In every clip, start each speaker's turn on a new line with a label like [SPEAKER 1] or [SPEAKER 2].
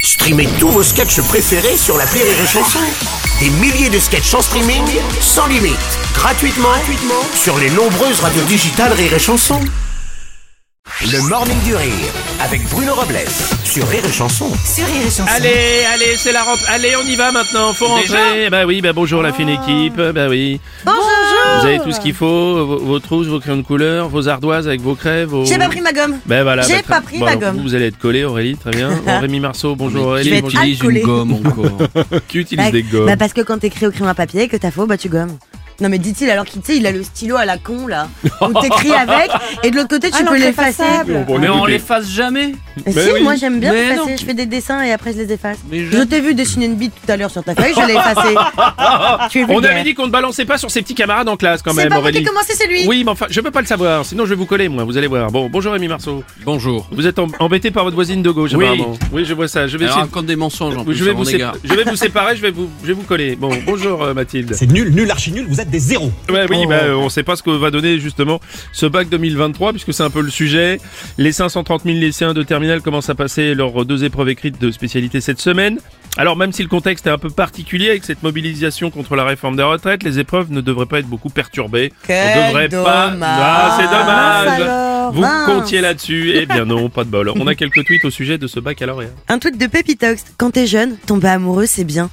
[SPEAKER 1] Streamez tous vos sketchs préférés sur la Rire et Chanson. Des milliers de sketchs en streaming, sans limite, gratuitement, gratuitement sur les nombreuses radios digitales Rire et Chanson. Le Morning du Rire avec Bruno Robles sur Rire et Chanson.
[SPEAKER 2] Allez, allez, c'est la rentrée. Allez, on y va maintenant. Faut rentrer. Bah oui, bah bonjour la fine
[SPEAKER 3] Ah.
[SPEAKER 2] équipe. Bah oui. Bonjour. Vous avez tout ce qu'il faut. Vos, vos trousses, vos crayons de couleur, vos ardoises avec vos crèves. Vos...
[SPEAKER 3] J'ai pas pris ma gomme.
[SPEAKER 2] Ben voilà.
[SPEAKER 3] J'ai
[SPEAKER 2] bah, très-
[SPEAKER 3] pas pris
[SPEAKER 2] bon,
[SPEAKER 3] ma
[SPEAKER 2] alors,
[SPEAKER 3] gomme.
[SPEAKER 2] Vous, vous allez être collé, Aurélie. Très bien. Bon, Rémi Marceau. Bonjour Aurélie.
[SPEAKER 3] vais être
[SPEAKER 2] bonjour.
[SPEAKER 3] alcoolée. Utilise une
[SPEAKER 4] gomme encore.
[SPEAKER 2] Qui utilise
[SPEAKER 3] Bah,
[SPEAKER 2] des gommes
[SPEAKER 3] bah parce que quand t'écris au crayon à papier et que t'as faux, bah tu gommes. Non mais dit-il alors qu'il tu sais, il a le stylo à la con là. Où t'écris avec et de l'autre côté tu peux l'effacer.
[SPEAKER 2] Bon,
[SPEAKER 4] Mais on
[SPEAKER 2] écoutez.
[SPEAKER 4] l'efface jamais.
[SPEAKER 3] Si,
[SPEAKER 2] Mais Bah oui.
[SPEAKER 3] moi j'aime bien
[SPEAKER 4] Mais
[SPEAKER 3] effacer,
[SPEAKER 4] non.
[SPEAKER 3] je fais des dessins et après je les efface.
[SPEAKER 4] Mais je-
[SPEAKER 3] Je t'ai vu dessiner une bite tout à l'heure sur ta feuille, je l'ai effacée. tu es
[SPEAKER 2] On
[SPEAKER 3] vulgaire.
[SPEAKER 2] avait dit qu'on ne balançait pas sur ses petits camarades en classe quand
[SPEAKER 3] C'est
[SPEAKER 2] même,
[SPEAKER 3] pas moi qui ai
[SPEAKER 2] Aurélie.
[SPEAKER 3] commencé, c'est lui.
[SPEAKER 2] Oui, mais enfin, je peux pas le savoir, sinon je vais vous coller, moi, vous allez voir. Bon, bonjour Rémi Marceau.
[SPEAKER 4] Bonjour.
[SPEAKER 2] Vous êtes em- embêté par votre voisine de gauche,
[SPEAKER 4] Oui.
[SPEAKER 2] apparemment. Oui, je vois ça. Je vais
[SPEAKER 4] Elle
[SPEAKER 2] essayer de-
[SPEAKER 4] raconte des mensonges en plus
[SPEAKER 2] je, vais
[SPEAKER 4] à mon
[SPEAKER 2] vous sé-
[SPEAKER 4] égard.
[SPEAKER 2] je vais vous séparer, je vais vous, je vais vous coller. Bon, bonjour euh, Mathilde.
[SPEAKER 5] C'est nul, nul, archi nul, vous êtes des zéros. Oh.
[SPEAKER 2] Ouais, oui, bah, euh, on sait pas ce que va donner justement ce bac 2023 puisque c'est un peu le sujet. Les 530 000 lycéens de terminale commencent à passer leurs deux épreuves écrites de spécialité cette semaine. Alors même si le contexte est un peu particulier avec cette mobilisation contre la réforme des retraites, les épreuves ne devraient pas être beaucoup perturbées. on
[SPEAKER 3] Quel
[SPEAKER 2] devrait pas.
[SPEAKER 3] dommage.
[SPEAKER 2] Ah, c'est dommage.
[SPEAKER 3] Mince alors,
[SPEAKER 2] Vous
[SPEAKER 3] Oh, mince.
[SPEAKER 2] comptiez là-dessus. Eh bien non, pas de bol. On a quelques tweets au sujet de ce baccalauréat.
[SPEAKER 3] Un tweet de Pépitox. Quand t'es jeune, tomber amoureux c'est bien.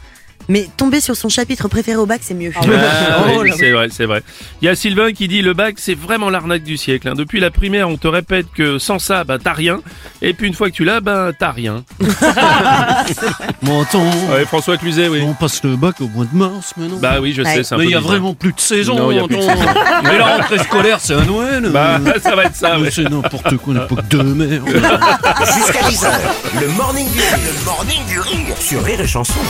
[SPEAKER 3] Mais tomber sur son chapitre préféré au bac c'est mieux.
[SPEAKER 2] Ah,
[SPEAKER 3] Oh
[SPEAKER 2] oui,
[SPEAKER 3] là.
[SPEAKER 2] c'est vrai, c'est vrai. Il y a Sylvain qui dit le bac, c'est vraiment l'arnaque du siècle. hein. Depuis la primaire, on te répète que sans ça, bah t'as rien. Et puis une fois que tu l'as, bah t'as rien.
[SPEAKER 4] Mon temps.
[SPEAKER 2] Ouais, François Cluzet, oui.
[SPEAKER 4] On passe le bac au mois de mars maintenant.
[SPEAKER 2] Bah oui, je sais,
[SPEAKER 3] Ouais.
[SPEAKER 2] c'est un
[SPEAKER 4] mais
[SPEAKER 2] peu
[SPEAKER 4] il y a
[SPEAKER 2] bizarre.
[SPEAKER 4] vraiment plus de saison.
[SPEAKER 2] Non, il y a plus de
[SPEAKER 4] attends. mais la rentrée scolaire, c'est un Noël.
[SPEAKER 2] Bah, ça va être ça.
[SPEAKER 4] Mais
[SPEAKER 2] ouais.
[SPEAKER 4] C'est n'importe quoi, on n'a pas que deux merde.
[SPEAKER 1] Jusqu'à 10h, le Morning du Rire, le Morning du Rire sur Rire et Chanson.